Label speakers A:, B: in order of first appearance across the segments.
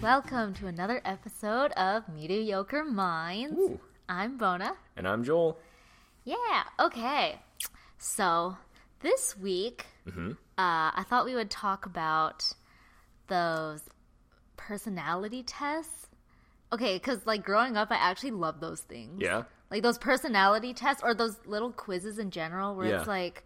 A: Welcome to another episode of Mediocre Minds.
B: Ooh.
A: I'm Bona.
B: And I'm Joel.
A: Yeah, okay. So, this week,
B: Mm-hmm.
A: uh, I thought we would talk about those personality tests. Okay, because, like, growing up, I actually loved those things.
B: Yeah.
A: Like, those personality tests or those little quizzes in general where
B: Yeah.
A: it's like,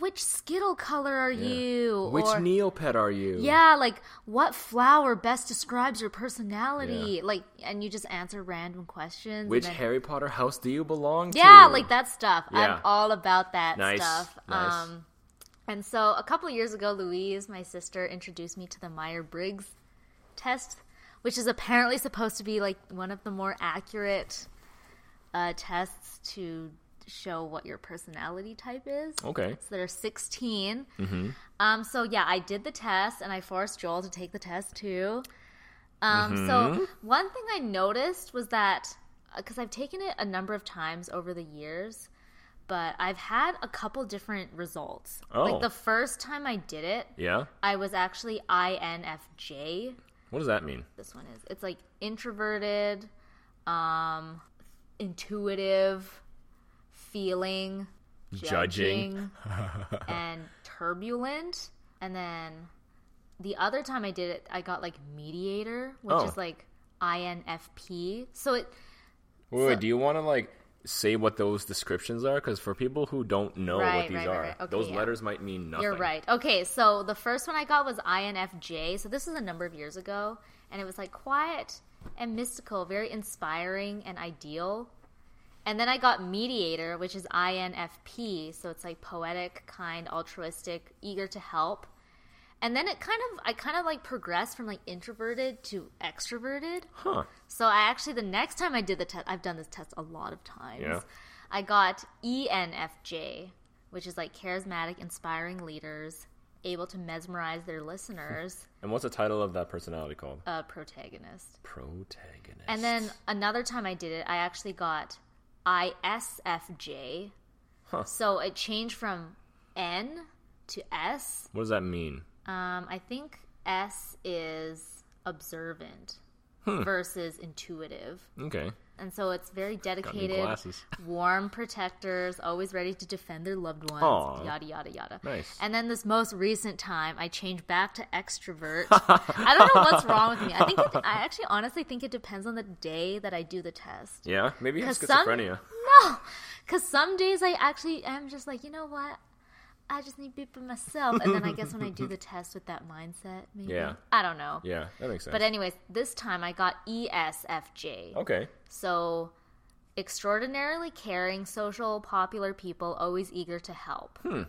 A: which Skittle color are you?
B: Which
A: or,
B: Neopet are you?
A: Yeah, like what flower best describes your personality? Like, and you just answer random questions.
B: Which
A: and then-
B: Harry Potter house do you belong to?
A: Yeah, like that stuff. I'm
B: Yeah.
A: all about that
B: Nice,
A: stuff.
B: nice.
A: Um, and so a couple of years ago, Louise, my sister, introduced me to the Meyer Briggs test, which is apparently supposed to be like one of the more accurate uh, tests to show what your personality type is.
B: Okay.
A: So there's 16. Um, so yeah, I did the test and I forced Joel to take the test too. Um, So one thing I noticed was that because I've taken it a number of times over the years, but I've had a couple different results.
B: Oh.
A: Like the first time I did it,
B: Yeah.
A: I was actually INFJ.
B: What does that mean?
A: This one is. It's like introverted, um, intuitive, feeling,
B: Judging.
A: judging, and turbulent. And then the other time I did it, I got like mediator, which
B: Oh.
A: is like INFP. So it
B: Wait, wait, do you want to like say what those descriptions are? Because for people who don't know
A: Right,
B: what these
A: right,
B: are,
A: right, right. Okay,
B: those
A: yeah.
B: letters might mean nothing.
A: You're right. Okay, so the first one I got was INFJ. So this was a number of years ago, and it was like quiet and mystical, very inspiring and ideal. And then I got mediator, which is INFP. So it's like poetic, kind, altruistic, eager to help. And then it kind of, I kind of like progressed from like introverted to extroverted.
B: Huh.
A: So I actually the next time I did the test, I've done this test a lot of times.
B: Yeah.
A: I got E ENFJ, which is like charismatic, inspiring leaders, able to mesmerize their listeners,
B: And what's the title of that personality called?
A: a protagonist.
B: Protagonist.
A: And then another time I did it, I actually got ISFJ.
B: Huh.
A: So it changed from N to S.
B: What does that mean?
A: Um, I think S is observant
B: Hmm.
A: versus intuitive.
B: Okay.
A: And so it's very
B: new
A: dedicated,
B: glasses.
A: warm protectors, always ready to defend their loved ones,
B: Aw.
A: yada, yada, yada.
B: Nice.
A: And then this most recent time, I changed back to extrovert. I don't know what's wrong with me. I think it, I actually honestly think it depends on the day that I do the test.
B: Yeah. Maybe you have
A: 'Cause some-
B: schizophrenia.
A: No, because some days I actually am just like, you know what? I just need to be by myself. And then I guess when I do the test with that mindset, maybe.
B: Yeah.
A: I don't know.
B: Yeah, that makes sense.
A: But, anyways, this time I got E ESFJ.
B: okay.
A: So, extraordinarily caring, social, popular people, always eager to help.
B: Hmm.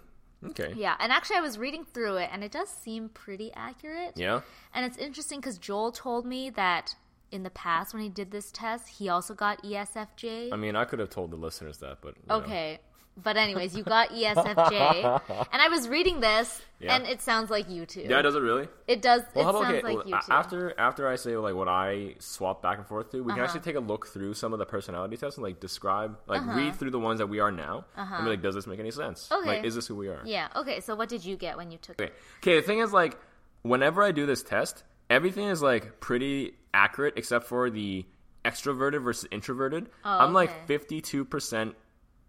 B: Okay.
A: Yeah, and actually, I was reading through it, and it does seem pretty accurate.
B: Yeah.
A: And it's interesting because Joel told me that in the past, when he did this test, he also got E ESFJ.
B: I mean, I could have told the listeners that, but you know.
A: okay. But anyways, you got E ESFJ, and I was reading this,
B: Yeah.
A: and it sounds like you too.
B: Yeah, does it really?
A: It does.
B: Well,
A: it
B: how about
A: sounds
B: okay,
A: like
B: l-
A: you too.
B: after after I say like what I swap back and forth to, we can
A: Uh-huh.
B: actually take a look through some of the personality tests and like describe, like read through the ones that we are now, and be like, does this make any sense? Like,
A: Uh-huh. Okay.
B: is this who we are?
A: yeah. Okay. So, what did you get when you took it?
B: Okay. Okay. The thing is, like, whenever I do this test, everything is like pretty accurate except for the extroverted versus introverted. I'm
A: Oh, okay.
B: like 52%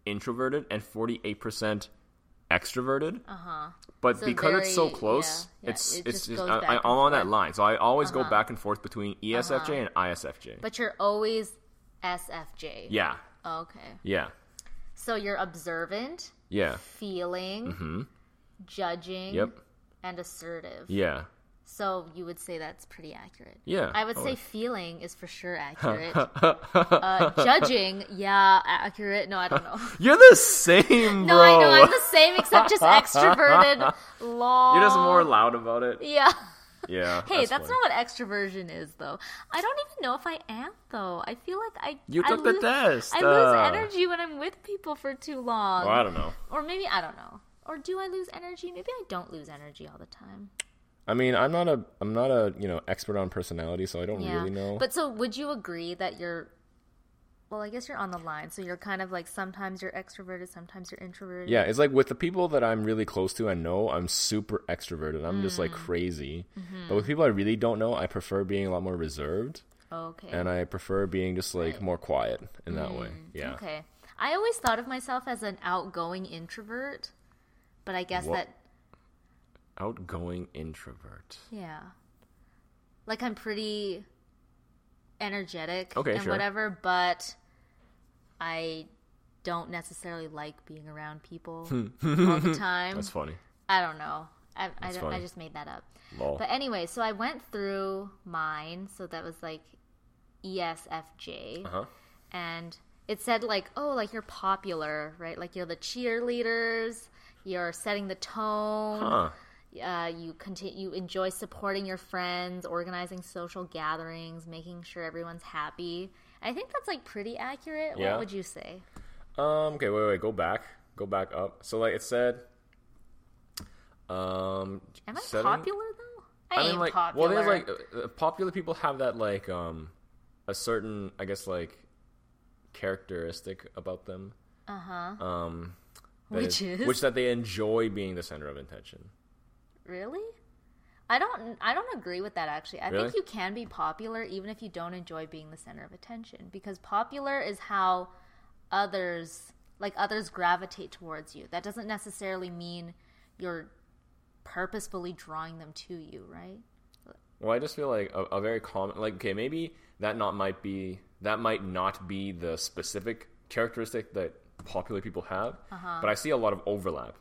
B: introverted and 48% extroverted. Uh huh. But
A: Uh-huh. So
B: because it's so
A: very-
B: close,
A: yeah, yeah,
B: it's
A: it
B: it's
A: just
B: just,
A: goes
B: I,
A: back
B: I,
A: and
B: I'm on that
A: forth. Uh-huh.
B: line, so I always go back and forth between E ESFJ and ISFJ.
A: But you're always SFJ.
B: yeah,
A: Okay.
B: yeah,
A: So you're observant,
B: yeah,
A: feeling, judging,
B: Mm-hmm. Yep.
A: and assertive.
B: yeah.
A: So you would say that's pretty accurate.
B: Yeah, Oh,
A: I would say
B: always.
A: feeling is for sure accurate. uh, judging, yeah, accurate. No, I don't know.
B: You're the same,
A: No,
B: bro.
A: I know I'm the same except just extroverted. Law.
B: You're just more loud about it.
A: Yeah.
B: Yeah.
A: Hey, that's,
B: funny.
A: not what extroversion is, though. I don't even know if I am, though. I feel like I
B: You
A: I
B: took the
A: lose-
B: test,
A: I
B: uh.
A: lose energy when I'm with people for too long.
B: Well, I don't know.
A: or maybe I don't know. Or do I lose energy? Maybe I don't lose energy all the time.
B: I mean, I'm not a I'm not a you know expert on personality, so I don't
A: Yeah.
B: really know.
A: But so, would you agree that your well, I guess you're on the line, so you're kind of like sometimes you're extroverted, sometimes you're introverted.
B: Yeah, it's like with the people that I'm really close to and know, I'm super extroverted. I'm just
A: Mm.
B: like crazy.
A: Mm-hmm.
B: But with people I really don't know, I prefer being a lot more reserved
A: Okay.
B: and I prefer being just
A: Right.
B: like
A: Mm.
B: more quiet in that way. Yeah.
A: Okay. I always thought of myself as an outgoing introvert, but I guess
B: Wha-
A: that
B: Outgoing introvert.
A: yeah, like I'm pretty energetic
B: Okay,
A: and
B: sure.
A: whatever, but I don't necessarily like being around people all the time.
B: Hmm. That's funny.
A: I don't know. I, I,
B: That's
A: don't, I
B: funny.
A: just made that up.
B: Lol.
A: But anyway, so I went through mine. So that was like E ESFJ.
B: Uh huh.
A: and it said like oh like you're popular right like you're the cheerleaders you're setting the tone
B: Huh.
A: uh, you continue you enjoy supporting your friends organizing social gatherings making sure everyone's happy i think that's like pretty accurate
B: Yeah.
A: what would you say
B: Um. Okay. Wait. Wait. Go back. Go back up. So like it said. Um.
A: am i
B: setting-
A: popular though i,
B: I mean,
A: ain't
B: like,
A: popular
B: well, there's like uh, uh, popular people have that like um, a certain, I guess, like characteristic about them. Uh huh. Um, that
A: Uh-huh. Which is?
B: which that they enjoy being the center of attention.
A: really i don't i don't agree with that actually i
B: Really?
A: think you can be popular even if you don't enjoy being the center of attention because popular is how others like others gravitate towards you that doesn't necessarily mean you're purposefully drawing them to you right
B: Well, I just feel like a, a very common, like, okay, maybe that not might be that might not be the specific characteristic that popular people have, but I see a lot of overlap.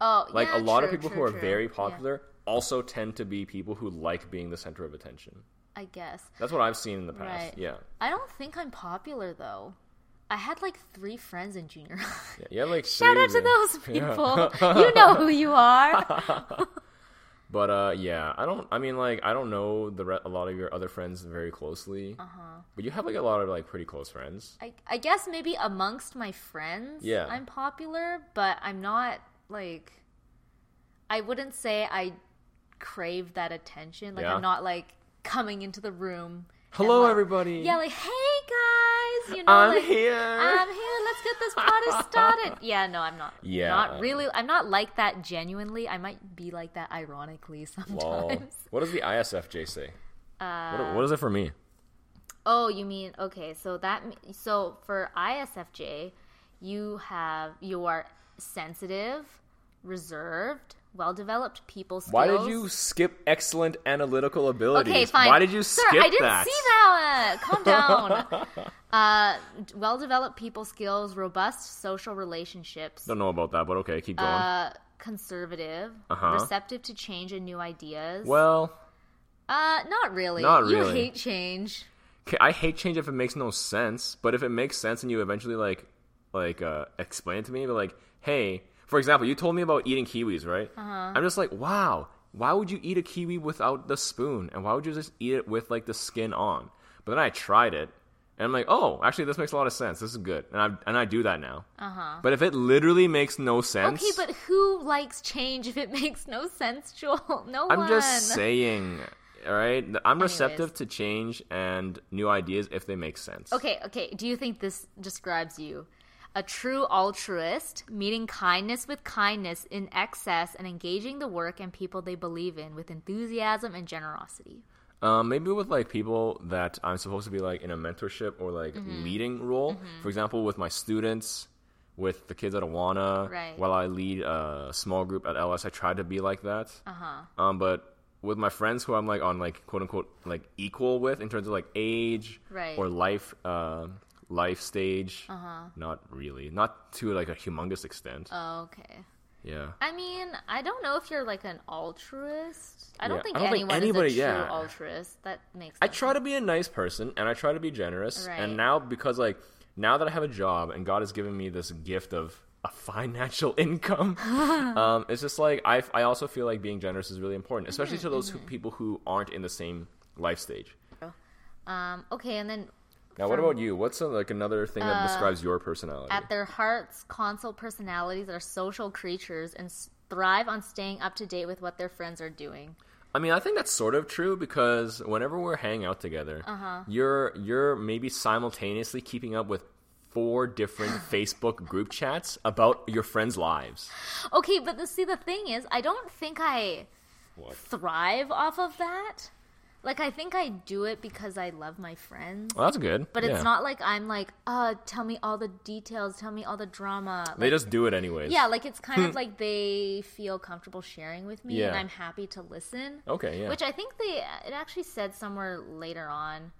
A: oh
B: Like
A: Uh-huh. yeah,
B: a lot of
A: true,
B: people
A: true,
B: who are
A: true.
B: very
A: Yeah,
B: popular also tend to be people who like being the center of attention.
A: i guess
B: That's what I've seen in the past.
A: Right.
B: Yeah.
A: i don't think i'm popular though i had like three friends in junior high
B: Yeah, you have, like
A: shout
B: three
A: out to
B: real-
A: those
B: Yeah.
A: people you know who you are
B: But uh, yeah, I don't. I mean, like, I don't know the re- a lot of your other friends very closely.
A: Uh-huh.
B: But you have like a lot of like pretty close friends.
A: I, I guess maybe amongst my friends,
B: Yeah.
A: I'm popular, but I'm not like I wouldn't say I crave that attention. Like
B: Yeah.
A: I'm not like coming into the room. and,
B: Hello,
A: like-
B: everybody.
A: Yeah, like hey guys, you know,
B: I'm
A: like,
B: here.
A: I'm here. Let's get this party started. yeah, no, I'm not.
B: Yeah.
A: not really. I'm not like that genuinely. I might be like that ironically sometimes.
B: Lol. What does the ISFJ say? what,
A: Uh,
B: what is it for me?
A: Oh, you mean okay? So that m- so for ISFJ, you have you are sensitive, reserved, well-developed people skills.
B: Why did you skip excellent analytical abilities?
A: Okay, fine.
B: Why did you
A: Sir,
B: skip
A: I didn't
B: that?
A: see that. Calm down. uh, well-developed people skills, robust social relationships,
B: Don't know about that, but okay, keep going.
A: uh, conservative,
B: Uh-huh.
A: receptive to change and new ideas.
B: well,
A: uh, not really.
B: not
A: You
B: really.
A: hate change.
B: Okay, I hate change if it makes no sense, but if it makes sense and you eventually like like uh explain it to me, but like, hey, for example, you told me about eating kiwis, right? Uh-huh. I'm just like, wow, why would you eat a kiwi without the spoon, and why would you just eat it with like the skin on? But then I tried it, and I'm like, oh, actually, this makes a lot of sense. This is good, and I and I do that now. Uh-huh. But if it literally makes no sense,
A: Okay, but who likes change if it makes no sense, Joel? No
B: I'm
A: one.
B: just saying. All right, I'm receptive to change and new ideas if they make sense.
A: Okay, okay. Do you think this describes you? A true altruist, meeting kindness with kindness in excess and engaging the work and people they believe in with enthusiasm and generosity.
B: Um, maybe with like people that I'm supposed to be like in a mentorship or like
A: Mm-hmm.
B: leading role. For example, with my students, with the kids at Awana,
A: Right.
B: while I lead a small group at LS, I try to be like that.
A: Uh-huh.
B: Um, but with my friends who I'm like on like quote unquote like equal with in terms of like age
A: Right. Uh-huh.
B: or life, uh, life stage. Not really, not to like a humongous
A: Uh,
B: extent.
A: Okay.
B: yeah.
A: I mean, I don't know if you're like an altruist. I don't
B: Yeah,
A: think
B: I don't think
A: anyone
B: anybody-
A: is a
B: yeah.
A: true altruist. That makes sense.
B: I try to be a nice person and I try to be generous.
A: Right.
B: And now because like now that I have a job and God has given me this gift of a financial income, um, it's just like I I also feel like being generous is really important, especially to those who, people who aren't in the same life stage.
A: Um, okay, and then
B: Now, what about you? What's uh like another thing that describes your personality?
A: At their hearts, console personalities are social creatures and s- thrive on staying up to date with what their friends are doing.
B: I mean, I think that's sort of true because whenever we're hanging out together, you're you're maybe simultaneously keeping up with four different Facebook group chats about your friends' lives.
A: Okay, but the, see, the thing is, I don't think I
B: What?
A: thrive off of that. Like, I think I do it because I love my friends.
B: Well, that's good.
A: But
B: Yeah.
A: it's not like I'm like, uh, tell me all the details, tell me all the drama. Like,
B: They just do it anyways.
A: yeah, like it's kind of like they feel comfortable sharing with me, and
B: Yeah.
A: I'm happy to listen.
B: Okay. Yeah.
A: Which I think they it actually said somewhere later on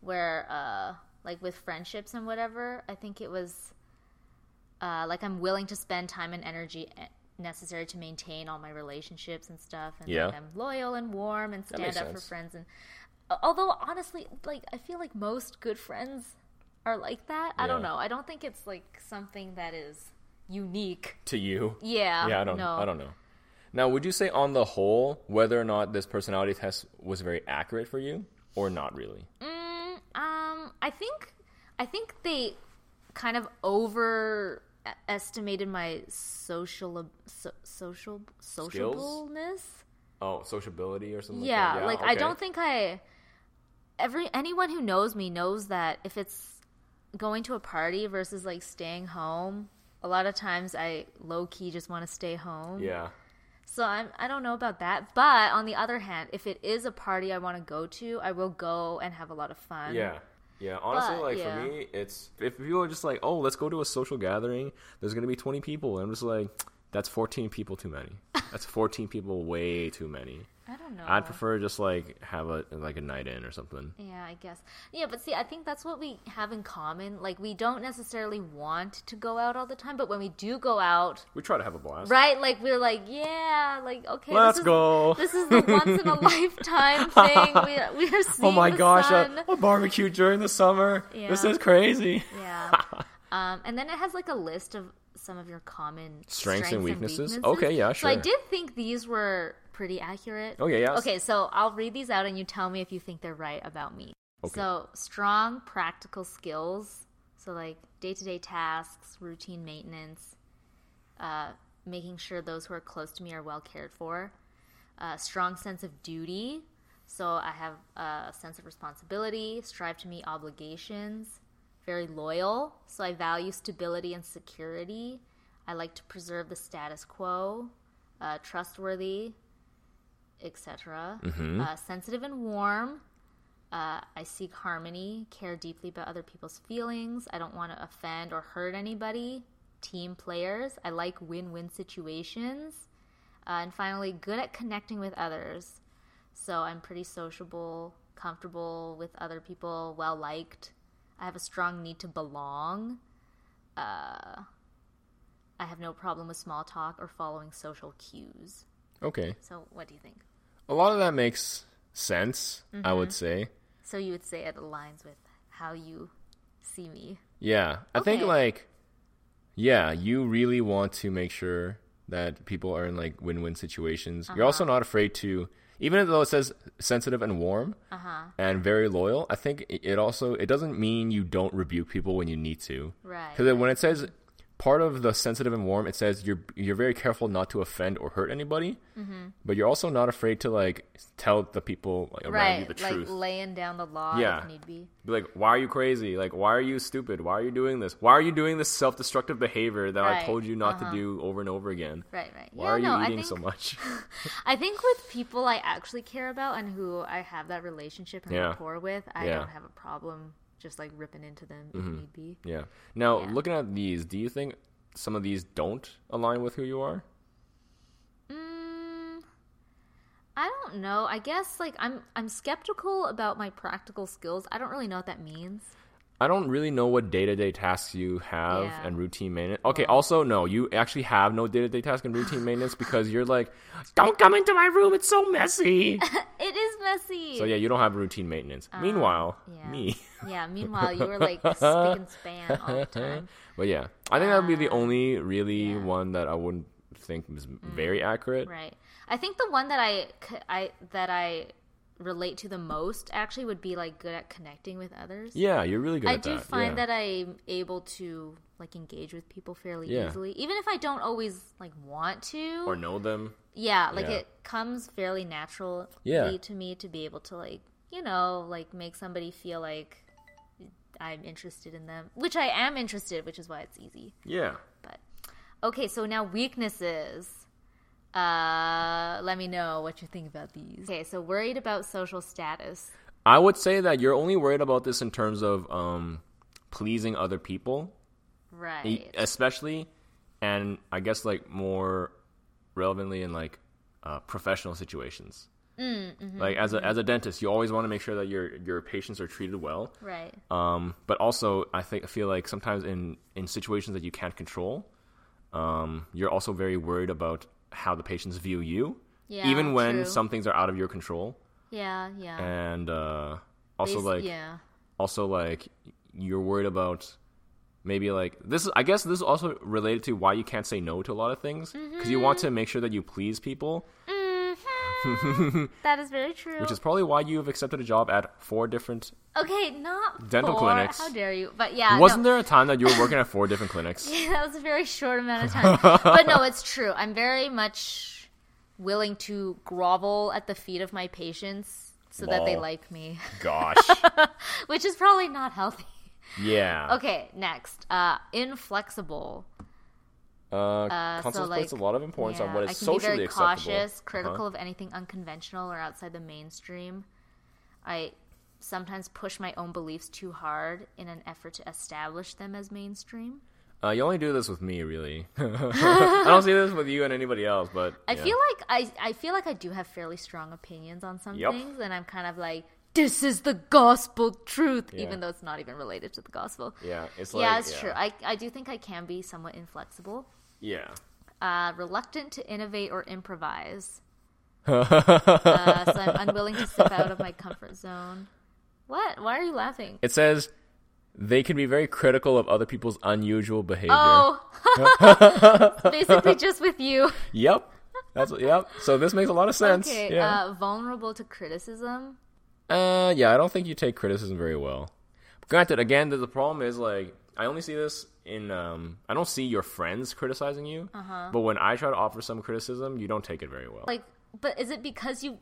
A: where uh like with friendships and whatever, I think it was uh like I'm willing to spend time and energy e- necessary to maintain all my relationships and stuff and
B: Yeah.
A: like I'm loyal and warm and stand
B: makes
A: up for
B: sense.
A: friends and uh, although honestly like I feel like most good friends are like that. I don't
B: Yeah.
A: know. I don't think it's like something that is unique.
B: to you.
A: Yeah.
B: Yeah. I don't.
A: know.
B: I don't know. Now, would you say on the whole whether or not this personality test was very accurate for you, or not really?
A: Mm, um, I think I think they kind of overestimated my social so, social sociableness.
B: Oh, sociability or something.
A: Yeah,
B: like, that?
A: like I
B: okay.
A: don't think I every anyone who knows me knows that if it's going to a party versus like staying home, a lot of times I low key just want to stay home.
B: Yeah.
A: So I'm I don't know about that, but on the other hand, if it is a party I want to go to, I will go and have a lot of fun.
B: Yeah. Yeah, honestly,
A: But,
B: like
A: yeah.
B: for me, it's if people are just like, "Oh, let's go to a social gathering. There's gonna be 20 people," and I'm just like, "That's 14 people too many. That's 14 people way too many."
A: I don't know.
B: I'd prefer just like have a like a night in or something.
A: Yeah, I guess. Yeah, but see, I think that's what we have in common. Like, we don't necessarily want to go out all the time, but when we do go out,
B: We try to have a blast.
A: right? Like, we're like, yeah, like, okay,
B: Let's
A: this is,
B: go.
A: This is the once in a lifetime thing. We, we are seeing
B: Oh my
A: the
B: gosh,
A: sun.
B: a, a barbecue during the summer. This
A: Yeah.
B: is crazy.
A: Yeah. Um, and then it has like a list of some of your common
B: Strengths and weaknesses? Okay, yeah,
A: So I
B: sure.
A: did think these were pretty accurate.
B: Okay, Oh, yeah.
A: Okay, so I'll read these out and you tell me if you think they're right about me.
B: Okay.
A: So, strong practical skills. So, like day to day tasks, routine maintenance, uh, making sure those who are close to me are well cared for, uh, strong sense of duty. So, I have a sense of responsibility, strive to meet obligations, very loyal. So, I value stability and security. I like to preserve the status quo, uh, trustworthy, etc. Uh, sensitive and warm. Uh, I seek harmony, care deeply about other people's feelings. I don't want to offend or hurt anybody. Team players. I like win win situations. Uh, and finally, good at connecting with others. So I'm pretty sociable, comfortable with other people, well liked. I have a strong need to belong. Uh, I have no problem with small talk or following social cues.
B: Okay.
A: So, what do you think?
B: A lot of that makes sense, I would
A: Mm-hmm.
B: say.
A: So you would say it aligns with how you see me.
B: Yeah. I think
A: Okay.
B: like yeah, you really want to make sure that people are in like win-win situations. You're
A: Uh-huh.
B: also not afraid to even though it says sensitive and warm
A: Uh-huh.
B: and very loyal, I think i- it also it doesn't mean you don't rebuke people when you need to.
A: Right.
B: Cuz when it says part of the sensitive and warm, it says you're you're very careful not to offend or hurt anybody,
A: Mm-hmm.
B: but you're also not afraid to like tell the people like, around you
A: Right.
B: the
A: like
B: truth.
A: laying down the law
B: Yeah.
A: if need be.
B: Be like, why are you crazy? Like, why are you stupid? Why are you doing this? Why are you doing this self destructive behavior that I
A: Right,
B: told you not to do over and over again?
A: Right, right.
B: Why
A: yeah,
B: are you
A: no, I
B: eating
A: think,
B: so much?
A: I think with people I actually care about and who I have that relationship and
B: Yeah.
A: rapport with, I
B: Yeah. Mm-hmm.
A: don't have a problem just like ripping into them if need be.
B: yeah. Now,
A: Yeah.
B: looking at these, do you think some of these don't align with who you are?
A: Mm, I don't know. I guess like I'm I'm skeptical about my practical skills. I don't really know what that means.
B: I don't really know what day to day tasks you have
A: Yeah.
B: and routine maintenance. Okay, also, no, you actually have no day to day task and routine maintenance because you're like, don't come into my room, it's so messy.
A: It is messy.
B: so, yeah, you don't have routine maintenance. Meanwhile,
A: Uh, yeah.
B: me.
A: yeah, meanwhile you were like spick and span all the time.
B: But yeah, I think that would be
A: Uh,
B: the only really one that I wouldn't think was very accurate.
A: Mm. Right. I think the one that I, c- I- that I relate to the most actually would be like good at connecting with others.
B: Yeah, you're really good
A: I
B: at
A: do
B: that.
A: find
B: yeah.
A: that I'm able to like engage with people fairly
B: Yeah.
A: easily, even if I don't always like want to.
B: or know them.
A: yeah, like
B: Yeah.
A: it comes fairly naturally
B: Yeah.
A: to me to be able to like you know like make somebody feel like I'm interested in them, which I am interested, which is why it's easy.
B: Yeah.
A: But okay, so now weaknesses. Uh, let me know what you think about these. Okay, so worried about social status.
B: I would say that you're only worried about this in terms of um, pleasing other people, e-
A: Right.
B: especially, and I guess like more relevantly in like uh, professional situations.
A: Mm, mm-hmm,
B: like as a as a dentist, you always want to make sure that your your patients are treated well.
A: Right.
B: Um, but also, I think I feel like sometimes in in situations that you can't control, um, you're also very worried about how the patients view you,
A: Yeah,
B: even when
A: true. Uh-huh.
B: some things are out of your control,
A: Yeah, yeah.
B: and uh, also
A: Bas-
B: like
A: yeah.
B: also like you're worried about maybe like this is I guess this is also related to why you can't say no to a lot of things because you want to make sure that you please people,
A: Mhm. that is very true.
B: which is probably why you've accepted a job at four different.
A: okay, not
B: Dental
A: four.
B: clinics.
A: How dare you? But yeah,
B: Wasn't
A: no,
B: there a time that you were working at four different clinics?
A: that was a very short amount of time. but no, it's true. I'm very much willing to grovel at the feet of my patients so that they
B: Lol.
A: like me,
B: Gosh,
A: which is probably not healthy.
B: yeah.
A: Okay, next. Uh, inflexible.
B: Uh,
A: Uh,
B: console
A: so,
B: places
A: like,
B: a lot of importance on
A: yeah,
B: what
A: I
B: is
A: can
B: socially
A: be very
B: acceptable. Uh-huh.
A: cautious, critical of anything unconventional or outside the mainstream. I sometimes push my own beliefs too hard in an effort to establish them as mainstream.
B: Uh, you only do this with me, really. I don't see this with you and anybody else, but
A: I
B: yeah.
A: feel like I, I feel like I do have fairly strong opinions on some
B: Yep.
A: things, and I'm kind of like, this is the gospel truth,
B: Yeah.
A: even though it's not even related to the gospel.
B: yeah, it's like
A: yeah, it's
B: yeah.
A: true. I, I do think I can be somewhat inflexible,
B: yeah.
A: uh, reluctant to innovate or improvise. Uh, so I'm unwilling to step out of my comfort zone. What? Why are you laughing?
B: It says they can be very critical of other people's unusual behavior.
A: Oh, basically just with you.
B: Yep. That's what, yep. So this makes a lot of sense.
A: Okay,
B: yeah.
A: uh, vulnerable to criticism.
B: Uh, yeah, I don't think you take criticism very well. Granted, again, the, the problem is like I only see this in um I don't see your friends criticizing you,
A: Uh-huh.
B: but when I try to offer some criticism, you don't take it very well.
A: Like, but is it because you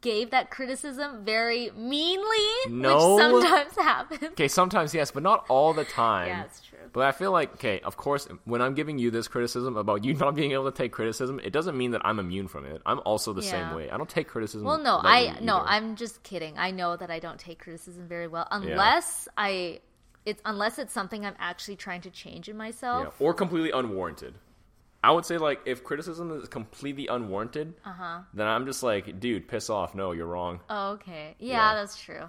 A: gave that criticism very meanly?
B: No.
A: Which sometimes happens.
B: Okay, sometimes yes, but not all the time.
A: Yeah, it's true.
B: But I feel like okay, of course, when I'm giving you this criticism about you not being able to take criticism, it doesn't mean that I'm immune from it. I'm also the
A: Yeah.
B: same way. I don't take criticism.
A: Well, no,
B: lightly
A: I no,
B: either.
A: I'm just kidding. I know that I don't take criticism very well unless I it's unless it's something I'm actually trying to change in myself.
B: Yeah, or completely unwarranted. I would say like if criticism is completely unwarranted,
A: Uh-huh.
B: then I'm just like, dude, piss off. No, you're wrong.
A: Oh, okay. Yeah,
B: Yeah.
A: that's true.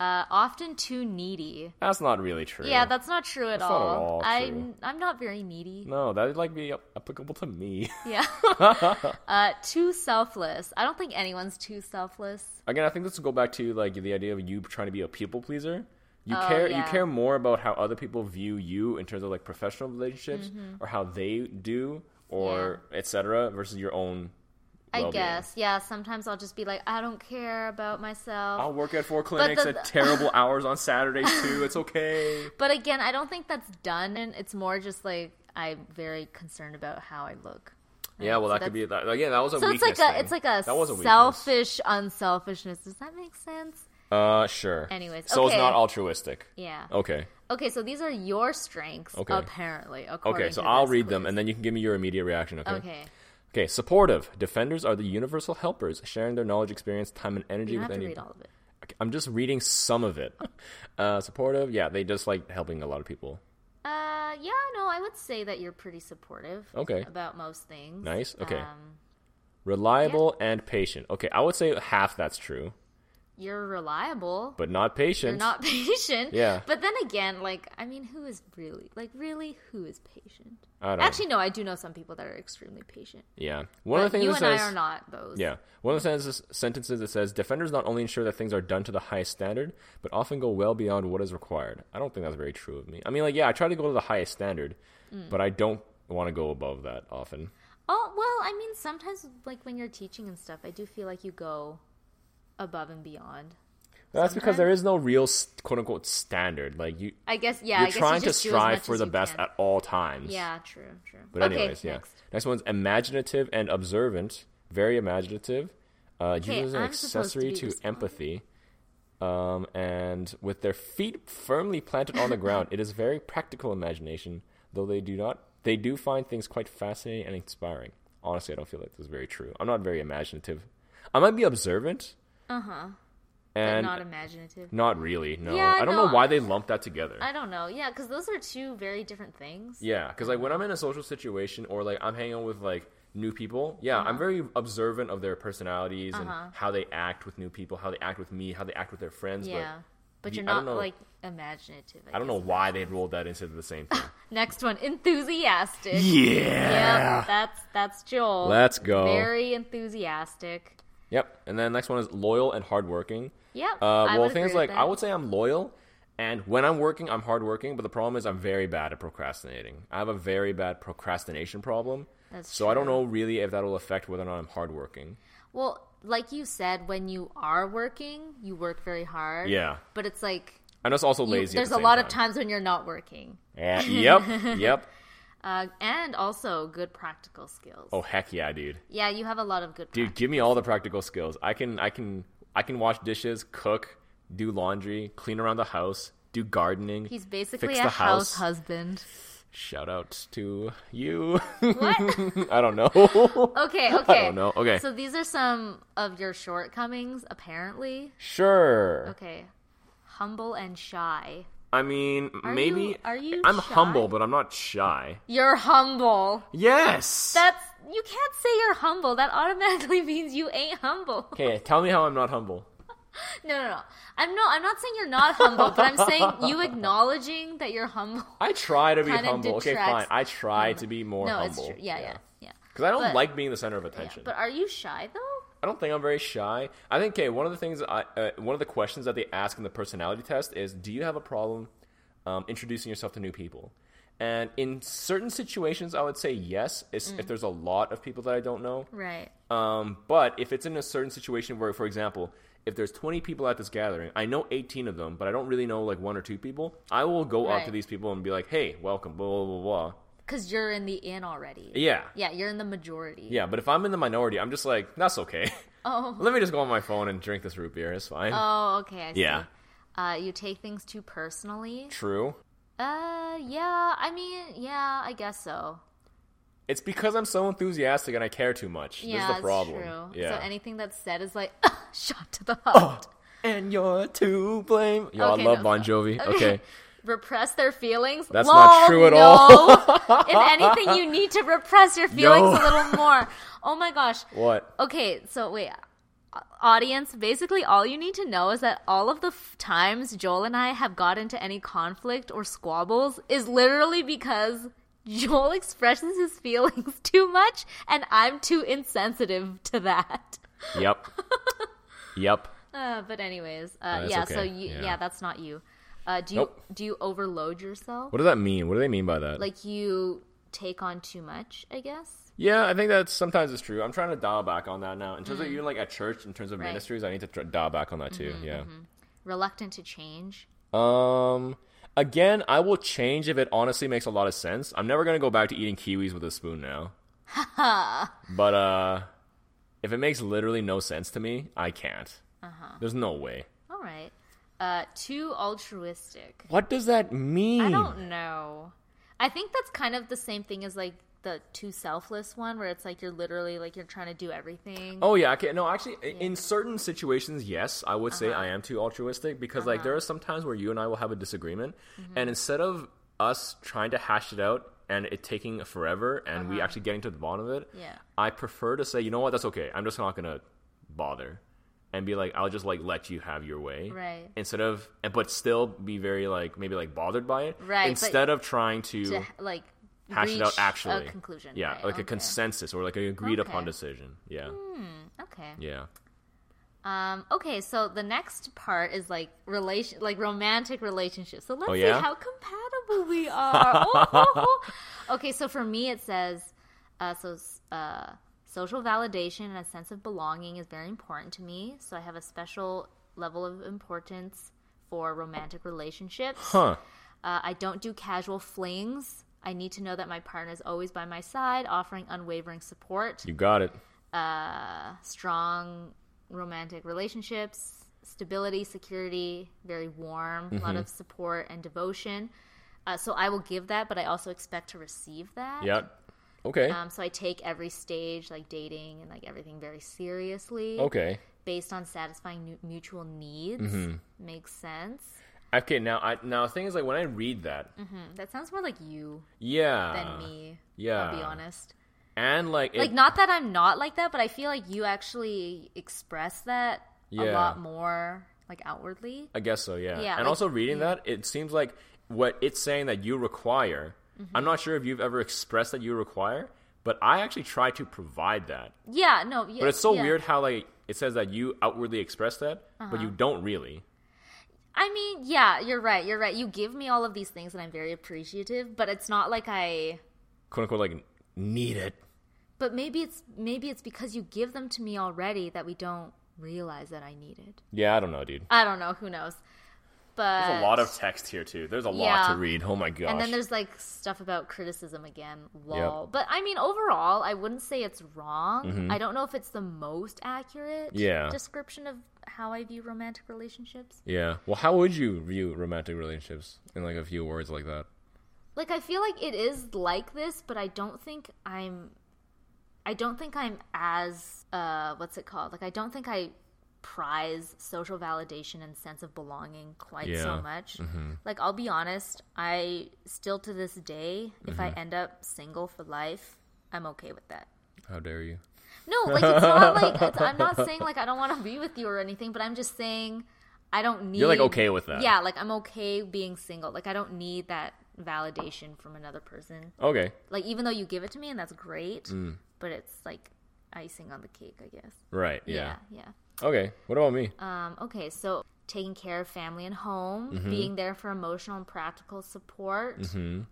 A: Uh, often too needy.
B: That's not really true.
A: Yeah, that's not true at
B: That's not
A: all.
B: at all
A: I'm
B: true. Mm.
A: I'm not very needy.
B: no, that'd like be ap- applicable to me.
A: Yeah. uh, too selfless. I don't think anyone's too selfless.
B: Again, I think this will go back to like the idea of you trying to be a people pleaser. You
A: Oh,
B: care
A: yeah.
B: you care more about how other people view you in terms of like professional relationships
A: Mm-hmm.
B: or how they do or etc. versus your own.
A: I
B: well-being.
A: guess. Yeah. Sometimes I'll just be like, I don't care about myself.
B: I'll work at four clinics
A: the-
B: at terrible hours on Saturdays too. It's okay.
A: But again, I don't think that's done, and it's more just like I'm very concerned about how I look.
B: Yeah, well,
A: So
B: that could be that, again. That was a
A: So it's
B: weakness.
A: like a
B: thing.
A: it's like a
B: that was a weakness.
A: selfish unselfishness. Does that make sense?
B: Uh, sure.
A: Anyways,
B: so it's
A: okay.
B: not altruistic.
A: Yeah.
B: Okay,
A: Okay, so these are your strengths,
B: Oh. Okay.
A: apparently. according
B: okay. So
A: to
B: I'll
A: this
B: read them,
A: quiz.
B: and then you can give me your immediate reaction. Okay.
A: okay,
B: Okay, Supportive defenders are the universal helpers, sharing their knowledge, experience, time, and energy
A: you don't
B: with
A: have to
B: any.
A: read all Oh. of it.
B: Okay, I'm just reading some of it. uh, supportive. Yeah, they just like helping a lot of people.
A: Uh, yeah, no, I would say that you're pretty supportive.
B: Okay.
A: about most things.
B: Nice, okay.
A: Um,
B: Reliable and patient. Okay, I would say half that's true,
A: you're reliable.
B: but not patient.
A: You're not patient.
B: Yeah.
A: But then again, like, I mean, who is really, like, really, who is patient?
B: I don't.
A: Actually, no, I do know some people that are extremely patient.
B: yeah. One
A: But
B: of the things
A: you
B: it
A: and
B: says,
A: I are not those.
B: Yeah. One of the sentences, sentences that says defenders not only ensure that things are done to the highest standard, but often go well beyond what is required. I don't think that's very true of me. I mean, like, yeah, I try to go to the highest standard,
A: Mm.
B: but I don't want to go above that often.
A: Oh, well, I mean, sometimes, like, when you're teaching and stuff, I do feel like you go above and beyond.
B: That's because there is no real s- quote unquote standard. Like you,
A: I guess, yeah. I
B: you're
A: guess you
B: trying to
A: just do as
B: strive
A: much
B: for
A: as
B: the
A: you
B: best
A: can.
B: at all times.
A: Yeah, true, true.
B: But
A: okay,
B: anyways, yeah.
A: Next.
B: Next one's imaginative and observant. Very imaginative. Uh,
A: Okay,
B: usually an
A: I'm supposed to
B: accessory
A: be
B: to
A: responding.
B: empathy. Um, and with their feet firmly planted on the ground, it is very practical imagination, though they do not they do find things quite fascinating and inspiring. Honestly, I don't feel like this is very true. I'm not very imaginative. I might be observant.
A: Uh-huh.
B: Uh huh.
A: But
B: And
A: not
B: not,
A: imaginative.
B: really. No,
A: Yeah,
B: I don't
A: no,
B: know why they lumped that together.
A: I don't know. Yeah, because those are two very different things.
B: Yeah, because like when I'm in a social situation or like I'm hanging out with like new people, yeah,
A: Uh-huh.
B: I'm very observant of their personalities and how they act with new people, how they act with me, how they act with their friends.
A: Yeah. But
B: Ye-
A: you're not
B: I don't know.
A: like imaginative.
B: But I don't know why they rolled that into the same thing.
A: Next one, enthusiastic.
B: yeah.
A: Yep, that's that's Joel.
B: Let's go.
A: Very enthusiastic.
B: Yep. And then next one is loyal and hardworking.
A: Yep.
B: Uh,
A: I
B: well,
A: would
B: things
A: agree with
B: like I
A: that.
B: would say I'm loyal, and when I'm working, I'm hardworking. But the problem is I'm very bad at procrastinating. I have a very bad procrastination problem.
A: That's
B: so I don't know really if that'll affect whether or not I'm hardworking.
A: Well, like you said, when you are working, you work very hard.
B: Yeah.
A: But it's like
B: And it's also
A: you-
B: lazy. at
A: there's
B: the
A: a
B: same
A: lot
B: time.
A: of times when you're not working.
B: Yeah, yep, yep.
A: Uh, and also good practical skills.
B: Oh heck yeah, dude.
A: Yeah, you have a lot of good
B: Dude, give me all the practical skills. I can I can I can wash dishes, cook, do laundry, clean around the house, do gardening.
A: He's basically
B: fix
A: a
B: the
A: house
B: house.
A: husband.
B: Shout out to you.
A: What?
B: I don't know.
A: Okay, okay.
B: don't know. Okay.
A: So these are some of your shortcomings, apparently.
B: sure.
A: Okay. Humble and shy.
B: I mean,
A: Are
B: maybe
A: you- are you
B: I'm
A: shy?
B: humble, but I'm not shy.
A: You're humble.
B: Yes.
A: That's you can't say you're humble. That automatically means you ain't humble.
B: okay, tell me how I'm not humble.
A: No, no, no. I'm no. I'm not saying you're not humble, but I'm saying you acknowledging that you're humble.
B: I try to be
A: Kinda
B: humble. Okay, fine.
A: detracts
B: I try to be more
A: no,
B: humble.
A: it's true. Yeah, yeah, yeah.
B: Because I don't
A: But-
B: like being the center of
A: Yeah.
B: attention.
A: But are you shy though?
B: I don't think I'm very shy. I think okay. One of the things, I, uh, one of the questions that they ask in the personality test is, do you have a problem um, introducing yourself to new people? And in certain situations, I would say yes, is
A: Mm.
B: if there's a lot of people that I don't know.
A: Right.
B: Um, but if it's in a certain situation where, for example, if there's 20 people at this gathering, I know 18 of them, but I don't really know like one or two people. I will go
A: Right.
B: up to these people and be like, "Hey, welcome," blah blah blah blah.
A: Because you're in the in already.
B: Yeah,
A: Yeah, you're in the majority.
B: yeah. But if I'm in the minority, I'm just like, "That's okay."
A: Oh.
B: Let me just go on my phone and drink this root beer. It's fine.
A: Oh, okay. I see.
B: Yeah.
A: Uh, you take things too personally.
B: True.
A: Uh, yeah. I mean, yeah. I guess so.
B: It's because I'm so enthusiastic and I care too much.
A: Yeah,
B: this is
A: it's
B: the problem.
A: true.
B: Yeah. Oh,
A: So anything that's said is like shot to the heart.
B: and you're to blame. Yo,
A: Okay,
B: I love
A: no,
B: Bon
A: stop.
B: Jovi. Okay.
A: repress their feelings.
B: That's not true at all.
A: no. if anything, you need to repress your feelings
B: Yo.
A: a little more. Oh my gosh.
B: What?
A: Okay, so wait. A- Audience, basically, all you need to know is that all of the f- times Joel and I have got into any conflict or squabbles is literally because Joel expresses his feelings too much and I'm too insensitive to that.
B: Yep. yep.
A: Uh, but, anyways, uh,
B: that's
A: yeah, so
B: okay.
A: you, yeah.
B: Yeah.
A: that's not you. Uh, do you
B: Nope.
A: do you overload yourself?
B: What does that mean? What do they mean by that?
A: like you take on too much, I guess.
B: yeah, I think that sometimes it's true. I'm trying to dial back on that now. In terms of even like at church, in terms of
A: Mm. Right. Mm-hmm,
B: ministries, I need to tr- dial back on that too. yeah.
A: Reluctant to change.
B: Um. Again, I will change if it honestly makes a lot of sense. I'm never gonna go back to eating kiwis with a spoon now. but uh, if it makes literally no sense to me, I can't.
A: Uh-huh.
B: There's no way.
A: All right. Uh, too altruistic.
B: What does that mean?
A: I don't know. I think that's kind of the same thing as like the too selfless one, where it's like you're literally like you're trying to do everything.
B: Oh yeah, okay. No, actually, i in certain situations, yes, I would
A: Uh-huh.
B: say I am too altruistic because like there are some times where you and I will have a disagreement,
A: Mm-hmm.
B: and instead of us trying to hash it out and it taking forever and we actually getting to the bottom of it,
A: Uh-huh. Yeah.
B: I prefer to say, you know what, that's okay. I'm just not gonna bother and be like, I'll just like let you have your way,
A: Right.
B: Instead of, and but still be very like maybe like bothered by it,
A: Right, but-
B: Instead of trying to.
A: To like
B: Hash
A: reach
B: it out actually.
A: a conclusion.
B: Yeah,
A: right,
B: like
A: okay.
B: a consensus or like an agreed
A: Okay. Hmm.
B: upon decision. Yeah.
A: Okay.
B: Yeah.
A: Um, okay, so the next part is like relation, like romantic relationships. So let's
B: Oh, yeah?
A: see how compatible we are. Oh, ho, ho. Okay, so for me it says, uh, so uh, social validation and a sense of belonging is very important to me. So I have a special level of importance for romantic relationships.
B: Huh.
A: Uh, I don't do casual flings. I need to know that my partner is always by my side, offering unwavering support
B: You got it.
A: strong romantic relationships stability, security, very warm, a
B: Mm-hmm.
A: lot of support and devotion. Uh, so I will give that, but I also expect to receive that.
B: Yep. Okay.
A: Um, so I take every stage, like dating and like everything, very seriously.
B: okay.
A: Based on satisfying nu- mutual needs,
B: Mm-hmm.
A: makes sense.
B: Okay. Now, I now the thing is like when I read that,
A: Hmm, that sounds more like you
B: yeah,
A: than me.
B: Uh, yeah.
A: I'll be honest.
B: and like it,
A: Like, not that I'm not like that, but I feel like you actually express that a
B: Yeah.
A: lot more, like outwardly.
B: I guess so, yeah.
A: Yeah,
B: and
A: like-
B: also reading that, it seems like what it's saying that you require.
A: Mm-hmm.
B: I'm not sure if you've ever expressed that you require, but I actually try to provide that.
A: Yeah, no, yeah,
B: But it's so
A: yeah. Uh-huh.
B: weird how like it says that you outwardly express that, but you don't really.
A: I mean, yeah, you're right. You're right. You give me all of these things, and I'm very appreciative. But it's not like I.
B: "Quote unquote," like need it.
A: But maybe it's maybe it's because you give them to me already that we don't realize that I need it.
B: Yeah, I don't know, dude.
A: I don't know. Who knows? But
B: There's a lot of text here too. There's a lot
A: Yeah.
B: to read. Oh my gosh.
A: And then there's like stuff about criticism again, lol.
B: Yep. Mm-hmm.
A: But I mean, overall, I wouldn't say it's wrong. I don't know if it's the most accurate
B: Yeah.
A: description of how I view romantic relationships.
B: yeah. Well, how would you view romantic relationships in like a few words like that?
A: Like I feel like it is like this, but I don't think I'm I don't think I'm as uh what's it called? Like I don't think I prize social validation and sense of belonging quite so
B: Yeah.
A: much. Like I'll be honest, I still to this day, if I end up single for life, I'm okay with that.
B: How dare you?
A: No, like it's not like it's, I'm not saying like I don't want to be with you or anything, but I'm just saying I don't need.
B: You're, like, okay with that.
A: Yeah, like I'm okay being single. Like I don't need that validation from another person.
B: Okay.
A: Like even though you give it to me and that's great,
B: Mm.
A: but it's like icing on the cake, I guess.
B: Right.
A: Yeah,
B: Yeah.
A: yeah.
B: Okay. What about me?
A: Um, okay, so taking care of family and home, being there for emotional and practical support.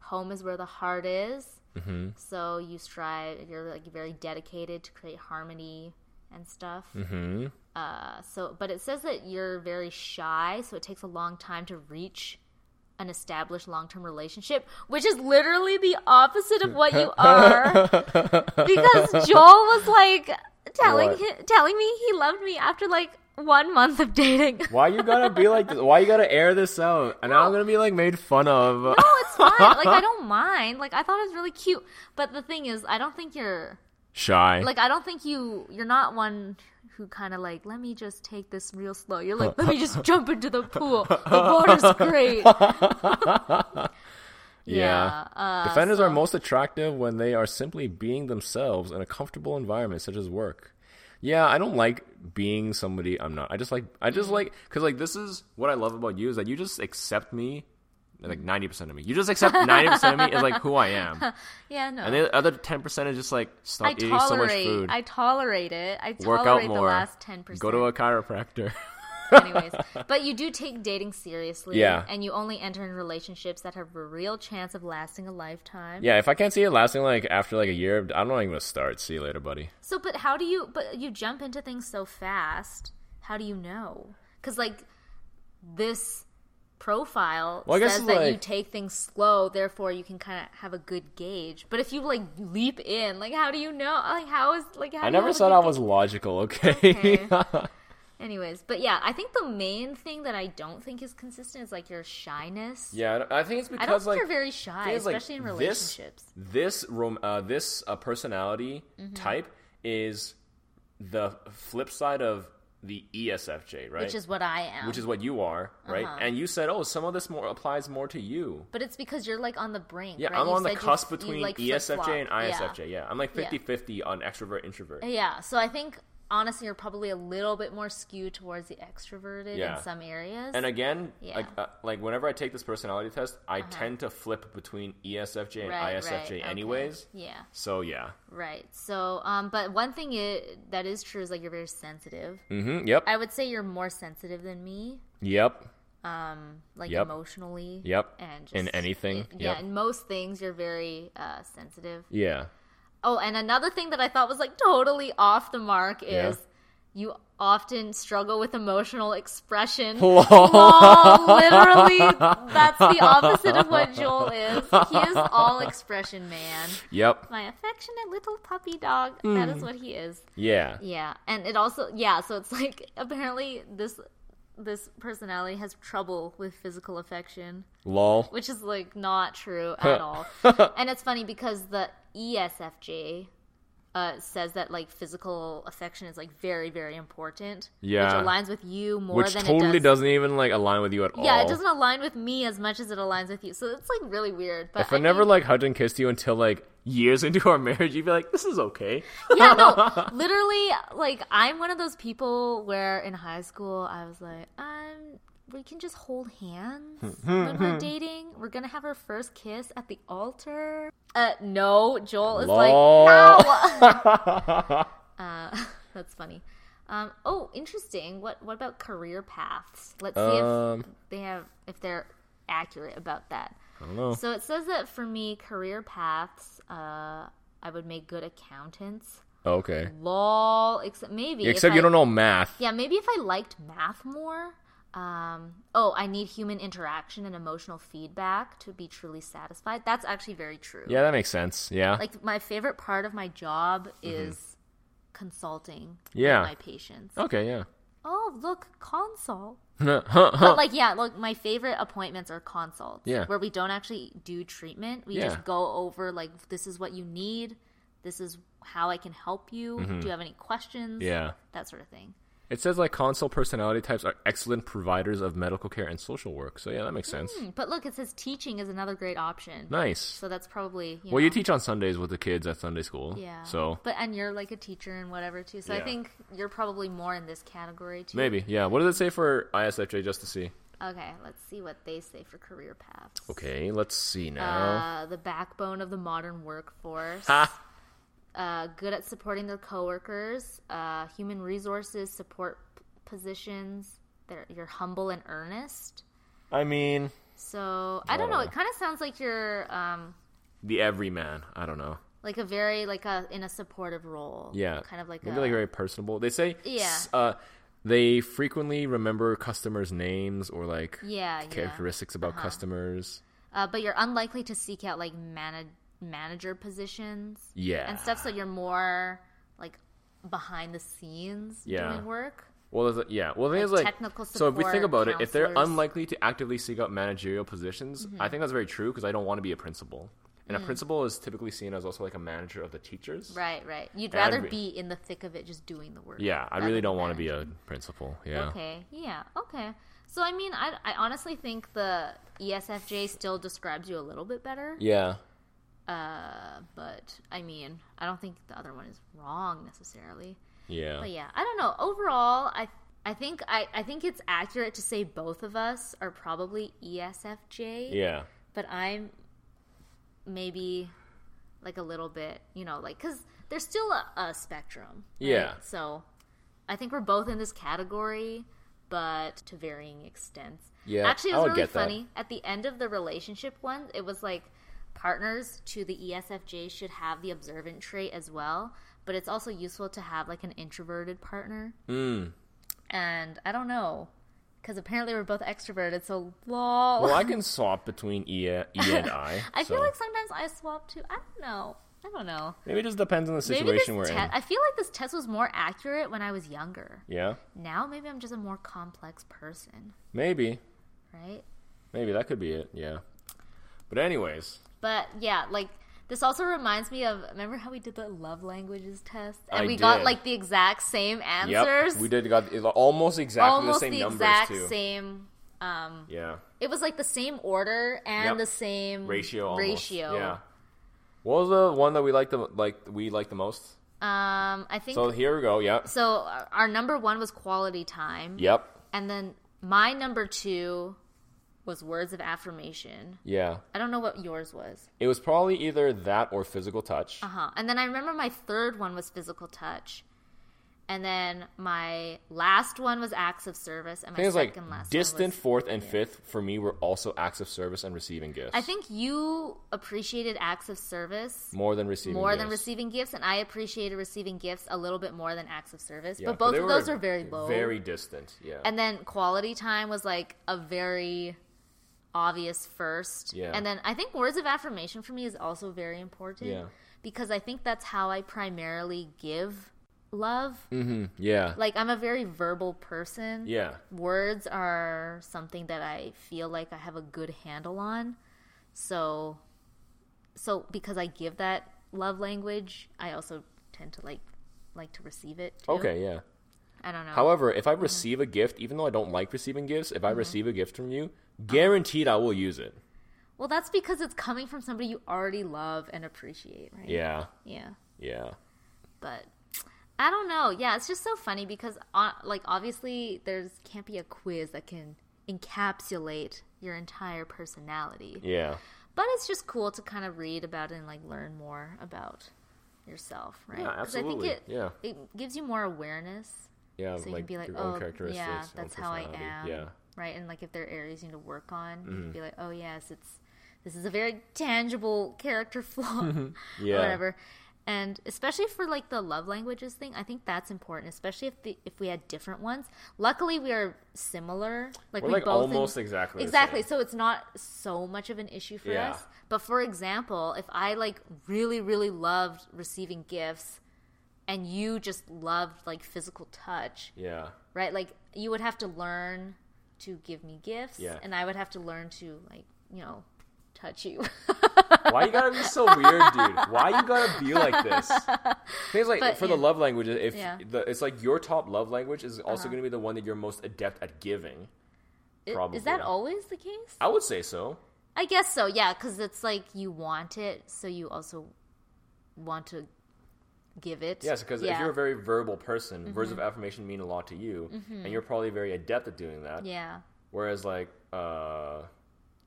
A: Home is where the heart is. Mm-hmm. So you strive, you're like very dedicated to create harmony and stuff.
B: hmm.
A: Uh, so, but it says that you're very shy, so it takes a long time to reach an established long-term relationship, which is literally the opposite of what you are. because Joel was like telling
B: What?
A: him, telling me he loved me after like one month of dating.
B: Why you gotta be like this? Why you gotta air this out? And now I'm gonna be like made fun of.
A: No, Oh, it's fine. like I don't mind. Like I thought it was really cute. But the thing is, I don't think you're
B: Shy.
A: like I don't think you you're not one who kind of like let me just take this real slow. You're like let me just jump into the pool. The water's great.
B: Yeah.
A: Uh,
B: Defenders are most attractive when they are simply being themselves in a comfortable environment, such as work. Yeah, I don't like being somebody I'm not. I just like, I
A: Mm.
B: just like, because like this is what I love about you is that you just accept me, like 90% of me. You just accept 90% of me as like who I am.
A: yeah, no.
B: And the other 10% is just like, stop
A: I
B: eating
A: tolerate.
B: so much food.
A: I tolerate it. I tolerate
B: Work out
A: the
B: more.
A: last ten percent.
B: Go to a chiropractor.
A: anyways but you do take dating seriously
B: Yeah.
A: and you only enter in relationships that have a real chance of lasting a lifetime
B: yeah, if I can't see it lasting like after like a year, I'm not even gonna start. See you later, buddy.
A: so but how do you but you jump into things so fast how do you know because like this profile
B: Well, I guess
A: says
B: it's
A: that you
B: like-
A: take things slow therefore you can kind of have a good gauge but if you like leap in like how do you know like how is like how
B: I
A: do you
B: never
A: have a
B: said
A: good
B: I
A: gauge?
B: was logical, okay?
A: Okay. anyways but yeah i think the main thing that i don't think is consistent is like your shyness
B: yeah, I think it's
A: I don't
B: because
A: think
B: like
A: you're very shy,
B: thing is, like,
A: especially in
B: this-
A: relationships. Mm-hmm.
B: this rom- uh, this uh, personality type is the flip side of the E ESFJ, right?
A: Which is Uh-huh. what I am.
B: Which is what you are, right? And you said, "Oh, some of this more applies more to you."
A: but it's because you're like on the brink.
B: Yeah,
A: right?
B: I'm
A: You
B: on the
A: said you-
B: cusp
A: you,
B: between E
A: like, flip-flop.
B: ESFJ and
A: Yeah.
B: ISFJ. Yeah, I'm like 50-50 on extrovert introvert.
A: Yeah. so I think honestly, you're probably a little bit more skewed towards the extroverted
B: Yeah.
A: in some areas.
B: And again,
A: Yeah. Uh-huh.
B: like uh, like whenever I take this personality test, I tend to flip between E ESFJ and
A: Right,
B: ISFJ
A: right, okay.
B: anyways.
A: Yeah,
B: So yeah.
A: right. So, um, but one thing it, that is true is like you're very sensitive.
B: Mhm. Yep.
A: I would say you're more sensitive than me, um,
B: Yep.
A: like
B: Yep.
A: emotionally.
B: Yep.
A: And just,
B: In anything.
A: Yeah,
B: Yep.
A: in most things you're very uh, sensitive.
B: Yeah.
A: Oh, and another thing that I thought was like totally off the mark is
B: Yeah.
A: you often struggle with emotional expression.
B: Lol.
A: Lol, literally, that's the opposite of what Joel is. He is all expression, man. Mm.
B: Yep.
A: My affectionate little puppy dog. That is what he is.
B: Yeah.
A: Yeah, and it also yeah. So it's like apparently this this personality has trouble with physical affection,
B: Lol.
A: which is like not true at all. and it's funny because the E ESFJ uh, says that like physical affection is like very very important.
B: Yeah.
A: which aligns with you more
B: Which
A: than
B: totally
A: it does.
B: not even like align with you at all.
A: Yeah, it doesn't align with me as much as it aligns with you. So it's like really weird. But
B: If I, never like hugged and kissed you until like years into our marriage, you'd be like, "This is okay."
A: yeah, no, literally, like I'm one of those people where in high school I was like, um, we can just hold hands
B: Hmm.
A: when we're dating. We're gonna have our first kiss at the altar. Uh, no, Joel is like,
B: Lol.
A: no. uh, that's funny. Um, oh, interesting. What what about career paths? Let's see
B: Um.
A: if they have if they're accurate about that.
B: I don't know.
A: So it says that for me, career paths, uh, I would make good accountants.
B: Okay.
A: Lol. Except maybe. if
B: Except
A: I-
B: you don't know math.
A: Yeah, maybe if I liked math more. Um, oh, I need human interaction and emotional feedback to be truly satisfied. That's actually very true.
B: Yeah, that makes sense. Yeah.
A: Like my favorite part of my job is consulting. with
B: Mm-hmm. Yeah.
A: my patients.
B: okay. Yeah.
A: Oh, look, consult.
B: Huh.
A: But like, yeah, look, my favorite appointments are consults.
B: Yeah.
A: Where we don't actually do treatment. We
B: Yeah.
A: just go over like this is what you need, this is how I can help you. Do you have any questions?
B: Mm-hmm. yeah.
A: That sort of thing.
B: It says like console personality types are excellent providers of medical care and social work. So yeah, that makes sense.
A: Hmm, But look, it says teaching is another great option.
B: Nice.
A: So that's probably you
B: Well, you
A: know,
B: teach on Sundays with the kids at Sunday school.
A: Yeah.
B: So
A: But and you're like a teacher and whatever too. So I
B: Yeah.
A: think you're probably more in this category too.
B: maybe. Yeah. What does it say for ISFJ just to see?
A: Okay, let's see what they say for career paths.
B: Okay, let's see now.
A: Uh, the backbone of the modern workforce.
B: ha.
A: uh, good at supporting their coworkers, uh, human resources support p- positions. They're, you're humble and earnest.
B: I mean,
A: So I don't know.
B: Oh.
A: It kind of sounds like you're um,
B: the everyman. I don't know.
A: like a very like a in a supportive role.
B: Yeah.
A: kind of like
B: maybe
A: a,
B: like very personable. They say.
A: Yeah.
B: s- Uh, they frequently remember customers' names or like
A: yeah, Uh-huh. yeah.
B: characteristics about customers.
A: Uh, but you're unlikely to seek out like manag manager positions
B: Yeah.
A: and stuff. So you're more like behind the scenes
B: Yeah.
A: doing work.
B: Well, there's, yeah. Well, the thing is,
A: Like
B: like,
A: technical
B: so if we think
A: support,
B: about it, if they're
A: counselors. Mm-hmm.
B: unlikely to actively seek out managerial positions, I think that's very true because I don't want to be a principal, and a principal is typically seen as also like a manager of the teachers.
A: Mm. Right, right. You'd
B: That'd
A: rather
B: be-
A: be in the thick of it, just doing the work.
B: Yeah, I
A: rather
B: really
A: than
B: don't want to
A: managing.
B: be a principal. Yeah.
A: Okay. Yeah. Okay. So I mean, I, I honestly think the E ESFJ still describes you a little bit better.
B: Yeah.
A: Uh, but I mean, I don't think the other one is wrong necessarily.
B: Yeah.
A: But yeah, I don't know. Overall, I I think I, I think it's accurate to say both of us are probably E ESFJ.
B: Yeah.
A: But I'm maybe like a little bit, you know, like because there's still a, a spectrum. right?
B: Yeah.
A: So I think we're both in this category, but to varying extents.
B: Yeah,
A: Actually, it
B: I
A: was
B: would
A: really
B: get that.
A: funny at the end of the relationship one. It was like partners to the E ESFJ should have the observant trait as well, but it's also useful to have like an introverted partner.
B: Hmm.
A: And I don't know. Because apparently we're both extroverted, so lol.
B: Well, I can swap between E, e and I.
A: I
B: so
A: feel like sometimes I swap too. I don't know. I don't know.
B: maybe it just depends on the
A: maybe this
B: situation we're
A: te-
B: in.
A: I feel like this test was more accurate when I was younger.
B: Yeah.
A: Now maybe I'm just a more complex person,
B: Maybe.
A: right?
B: Maybe that could be it. Yeah. But anyways,
A: But yeah, like this also reminds me of remember how we did the love languages test and
B: I
A: we got
B: did.
A: like the exact same answers.
B: yep, we did got almost exactly
A: almost
B: the same numbers
A: exact
B: too.
A: same. Um,
B: Yeah.
A: it was like the same order and
B: Yep.
A: the same
B: ratio almost.
A: Ratio.
B: yeah what was the one that we liked the like we liked the most
A: Um, I think so.
B: so here we go yep
A: our- our number one was quality time.
B: yep
A: And then my number two was words of affirmation.
B: yeah
A: I don't know what yours was.
B: it was probably either that or physical touch
A: Uh huh. And then I remember my third one was physical touch. And then my last one was acts of service. And
B: i
A: my
B: think it's
A: second
B: like
A: last one was.
B: distant fourth and fifth for me were also acts of service and receiving gifts
A: I think you appreciated acts of service
B: more than receiving
A: more than
B: gifts.
A: receiving gifts, and I appreciated receiving gifts a little bit more than acts of service.
B: Yeah,
A: but both
B: they
A: of
B: were
A: those are very low.
B: very distant yeah
A: And then quality time was like a very obvious first.
B: Yeah.
A: And then I think words of affirmation for me is also very important
B: Yeah.
A: because I think that's how I primarily give love.
B: Mm, yeah.
A: Like I'm a very verbal person.
B: yeah.
A: Words are something that I feel like I have a good handle on. So so because I give that love language, I also tend to like like to receive it. too.
B: Okay, yeah.
A: I don't know.
B: However, if I
A: Uh-huh.
B: receive a gift, even though I don't like receiving gifts, if I receive a gift from you,
A: Uh-huh.
B: guaranteed I will use it.
A: well, that's because it's coming from somebody you already love and appreciate, right?
B: Yeah.
A: Yeah.
B: Yeah.
A: but I don't know. Yeah, it's just so funny because uh, like obviously there's can't be a quiz that can encapsulate your entire personality.
B: Yeah.
A: But it's just cool to kind of read about it and like learn more about yourself, right?
B: Yeah,
A: 'Cause I
B: absolutely.
A: think it
B: Yeah.
A: it gives you more awareness.
B: Yeah,
A: So you
B: like
A: can be like,
B: your
A: oh,
B: own characteristics.
A: yeah,
B: own
A: that's how I
B: personality.
A: am.
B: Yeah. Mm-hmm.
A: Right, and like if there are areas you need to work on, you can be like, oh yes, it's this is a very tangible character flaw
B: Yeah.
A: or whatever. And especially for like the love languages thing, I think that's important. Especially if the, if we had different ones. Luckily, we are similar. Like
B: We're
A: we
B: like
A: both
B: almost exactly the
A: exactly.
B: same.
A: So it's not so much of an issue for
B: Yeah.
A: us. But for example, if I like really really loved receiving gifts, and you just loved like physical touch,
B: Yeah.
A: right? Like you would have to learn to give me gifts,
B: Yeah.
A: and I would have to learn to like you know touch you.
B: Why you gotta be so weird, dude? Why you gotta be like this? Things like
A: But,
B: for
A: yeah.
B: the love languages, if
A: Yeah. Uh-huh.
B: the, it's like your top love language is also gonna be the one that you're most adept at giving.
A: I-
B: Probably.
A: Is that always the case?
B: I would say so.
A: I guess so, yeah, because it's like you want it, so you also want to give it.
B: Yes, because if
A: Yeah. Mm-hmm.
B: you're a very verbal person, words of affirmation mean a lot to you, and you're probably very adept at doing that.
A: yeah,
B: Whereas, like, uh,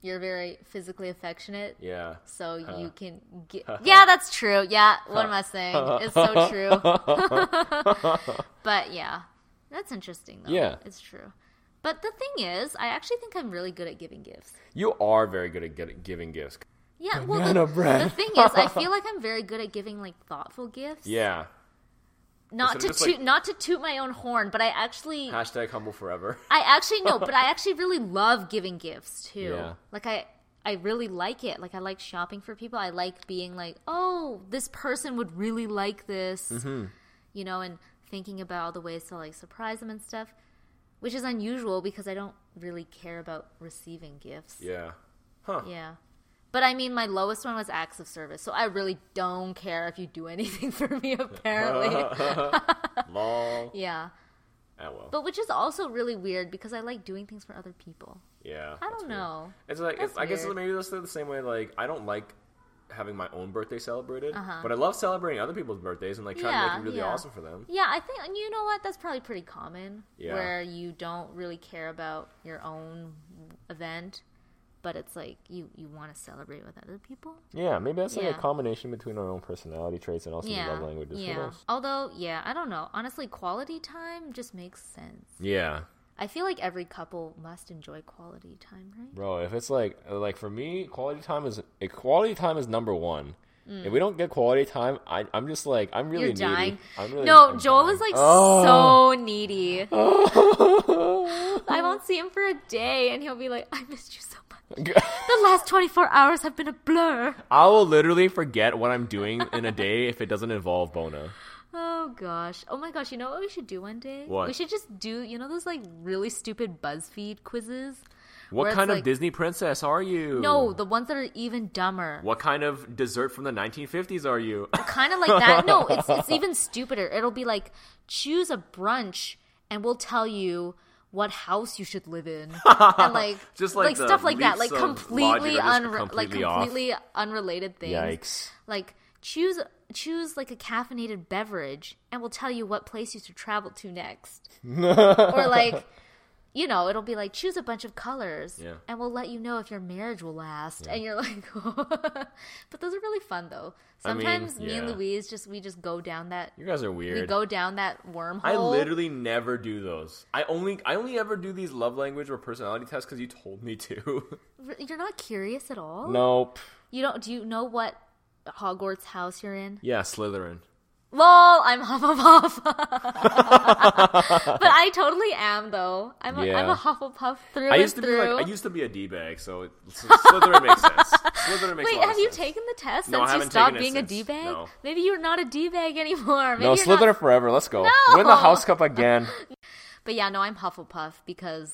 A: you're very physically affectionate,
B: yeah.
A: so you can get. yeah, that's true. Yeah, what am I saying? It's so true. but yeah, that's interesting though.
B: Yeah.
A: it's true. But the thing is, I actually think I'm really good at giving gifts.
B: You are very good at get, giving gifts.
A: Yeah, well,
B: Banana
A: the,
B: bread.
A: the thing is, I feel like I'm very good at giving like thoughtful gifts.
B: Yeah.
A: not
B: Instead
A: to
B: of
A: toot,
B: just, like-
A: not to toot my own horn, but I actually,
B: Hashtag humble forever.
A: I actually no, but I actually really love giving gifts too.
B: Yeah.
A: Like I, I really like it. Like I like shopping for people. I like being like, oh, this person would really like this,
B: Mm-hmm.
A: you know, and thinking about all the ways to like surprise them and stuff, which is unusual because I don't really care about receiving gifts.
B: Yeah. Huh.
A: Yeah. But I mean, my lowest one was acts of service, so I really don't care if you do anything for me. Apparently,
B: Lol.
A: yeah.
B: Ah, well.
A: But which is also really weird because I like doing things for other people.
B: Yeah.
A: I
B: that's
A: don't
B: weird.
A: know.
B: It's like
A: That's
B: it's, I guess
A: weird.
B: maybe that's the same way. Like I don't like having my own birthday celebrated, but I love celebrating other people's birthdays and like trying to
A: Uh-huh. Yeah,
B: make it really
A: yeah.
B: awesome for them.
A: Yeah, I think and you know what? That's probably pretty common
B: Yeah.
A: where you don't really care about your own event, but it's like you you want to celebrate with other people.
B: Yeah, maybe that's
A: like, a Yeah.
B: combination between our own personality traits and also
A: yeah. yeah. Although, yeah, I don't know. Honestly, quality time just makes sense.
B: Yeah,
A: I feel like every couple must enjoy quality time, right?
B: bro. If it's like like for me, quality time is eh, quality time is number one. If we don't get quality time, I, I'm just like I'm really
A: Mm. You're dying.
B: needy. I'm really,
A: no,
B: I'm
A: Joel
B: dying.
A: is like so needy.
B: Oh.
A: I won't see him for a day, and he'll be like, "I missed you so much." The last twenty four hours have been a blur.
B: I will literally forget what I'm doing in a day if it doesn't involve Bona.
A: Oh gosh. Oh my gosh. You know what we should do one day?
B: What?
A: We should just do. You know those like really stupid BuzzFeed quizzes?
B: What
A: Where it's
B: kind of
A: like-
B: Disney princess are you?
A: No, the ones that are even dumber.
B: What kind of dessert from the 1950s are you?
A: Kind of like that. No, it's it's even stupider. It'll be like choose a brunch, and we'll tell you. What house you should live in, and like
B: Just like the
A: stuff like that, like
B: leaps of
A: completely,
B: logic are just
A: unre- like
B: completely off.
A: completely unrelated things. like choose choose like a caffeinated beverage and we'll tell you what place you should travel to next or like you know it'll be like choose a bunch of colors
B: Yeah.
A: and we'll let you know if your marriage will last and you're like but those are really fun though
B: I mean,
A: sometimes me and
B: yeah.
A: louise just we just go down that
B: You guys are
A: we
B: weird.
A: go down that wormhole
B: I literally never do those. I only I only ever do these love language or personality tests because you told me to.
A: R- you're not curious at all
B: nope.
A: you don't do you know what hogwarts house you're in
B: Yeah, Slytherin.
A: Lol, I'm Hufflepuff. but I totally am though. I'm a, I'm
B: Yeah.
A: a Hufflepuff through
B: I used to
A: and
B: be
A: through.
B: like I used to be a d bag, so it, so Slytherin makes sense. Slytherin makes a
A: Wait,
B: lot of
A: have you
B: sense.
A: taken the test
B: No, I
A: since you
B: haven't
A: stopped
B: taken it
A: being a
B: since.
A: d bag?
B: No.
A: Maybe you're not a d bag anymore. Maybe
B: No,
A: you're not-
B: Slytherin forever. Let's go.
A: No!
B: Win the House Cup again.
A: But yeah, no, I'm Hufflepuff because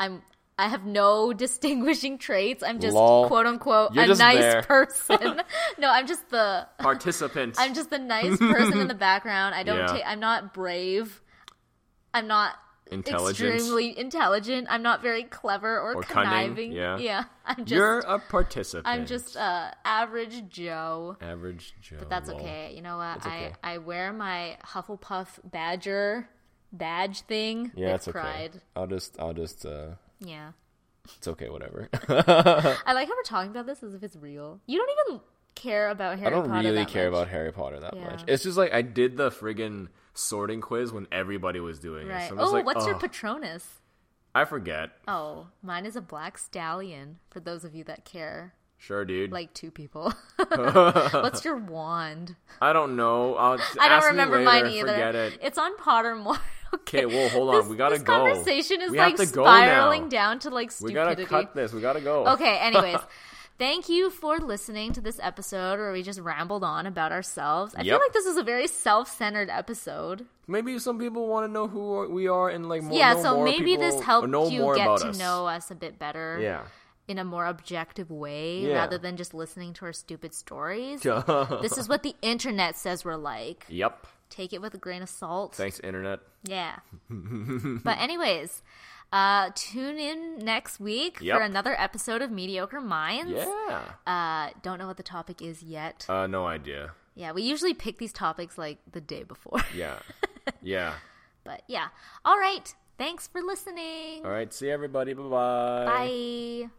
A: I'm I have no distinguishing traits. I'm just
B: Lol.
A: quote unquote
B: You're
A: a
B: just
A: nice
B: there.
A: person. no, I'm just the
B: Participants.
A: I'm just the nice person in the background. I don't
B: Yeah.
A: take I'm not brave. I'm not
B: Intelligence.
A: extremely intelligent. I'm not very clever or,
B: Or cunning,
A: conniving.
B: yeah.
A: I'm just
B: You're a participant.
A: I'm just uh average Joe.
B: average Joe. But
A: That's okay. You know what?
B: okay.
A: I I wear my Hufflepuff badger badge thing
B: Yeah,
A: with
B: it's okay.
A: pride.
B: I'll just, I'll just. uh
A: Yeah.
B: It's okay. Whatever.
A: I like how we're talking about this as if it's real. You don't even care about Harry
B: I don't
A: Potter
B: really
A: that
B: care
A: much.
B: about Harry Potter that
A: Yeah.
B: much. It's just like I did the friggin' sorting quiz when everybody was doing it.
A: Right.
B: So I'm just
A: Oh,
B: like,
A: what's your
B: "Ugh,
A: Patronus?
B: I forget.
A: Oh, mine is a black stallion. For those of you that care,
B: Sure, dude.
A: like two people. what's your wand?
B: I don't know. I'll just
A: I don't
B: ask me
A: remember
B: later.
A: mine either.
B: Forget it.
A: It's on Pottermore. okay.
B: Okay, well, hold on.
A: This-
B: we gotta
A: this
B: go.
A: Conversation is
B: we
A: like
B: have to go
A: spiraling
B: now.
A: down to like
B: We
A: stupidity.
B: gotta cut this. We gotta go.
A: Okay, anyways. Thank you for listening to this episode where we just rambled on about ourselves. I feel
B: Yep.
A: like this is a very self-centered episode.
B: Maybe some people want to know who we are and like more.
A: yeah,
B: know
A: so
B: more
A: maybe
B: people,
A: this helped
B: know
A: you
B: more
A: get
B: about
A: to
B: us.
A: know us a bit better.
B: Yeah.
A: In a more objective way
B: Yeah.
A: rather than just listening to our stupid stories. this is what the internet says we're like.
B: Yep.
A: Take it with a grain of salt.
B: Thanks, internet.
A: Yeah. but anyways, uh tune in next week
B: Yep.
A: for another episode of Mediocre Minds.
B: Yeah.
A: Uh don't know what the topic is yet.
B: Uh, no idea.
A: yeah, we usually pick these topics like the day before.
B: Yeah. yeah.
A: but yeah. All right. Thanks for listening.
B: All right. See everybody. Bye-bye.
A: Bye.